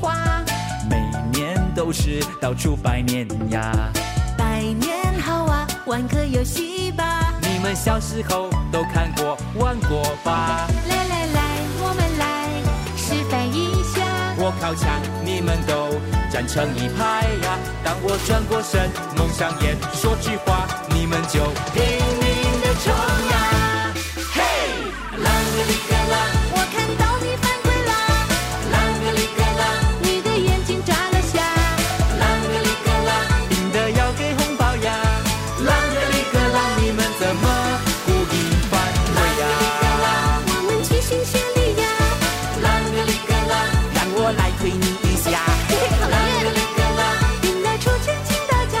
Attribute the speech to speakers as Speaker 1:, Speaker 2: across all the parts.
Speaker 1: 花，
Speaker 2: 每年都是到处拜年呀。
Speaker 1: 百年好啊，玩个游戏吧。
Speaker 2: 你们小时候都看过、玩过吧？
Speaker 1: 来来来，我们来示范一下。
Speaker 2: 我靠墙，你们都站成一排呀。当我转过身，蒙上眼，说句话，你们就拼命的冲啊！嘿，啷个哩个啷，
Speaker 1: 我看到你犯规啦，
Speaker 2: 啷个哩个啷，
Speaker 1: 你的眼睛眨了下。
Speaker 2: 啷个哩个啷，赢得要给红包呀！啷个哩个啷，你们怎么故意犯规呀？
Speaker 1: 我们齐心协力呀，
Speaker 2: 啷个哩个啷，让我来推你一下。
Speaker 1: 嘿嘿，讨
Speaker 2: 啷个
Speaker 1: 厌
Speaker 2: 哩。个啷。
Speaker 1: 赢得出钱请大家，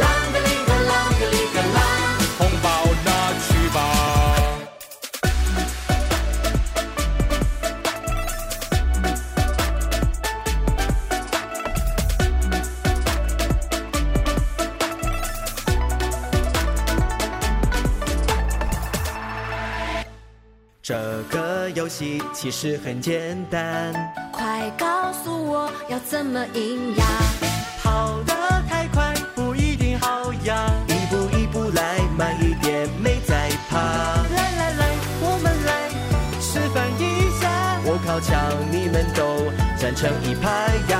Speaker 2: 啷个哩个啷个哩个啷，红包拿去吧。这个游戏其实很简单，
Speaker 1: 快告诉我要怎么赢呀？
Speaker 2: 跑得太快不一定好呀，一步一步来，慢一点，没在怕。来来来，我们来示范一下。我靠墙，你们都站成一排呀。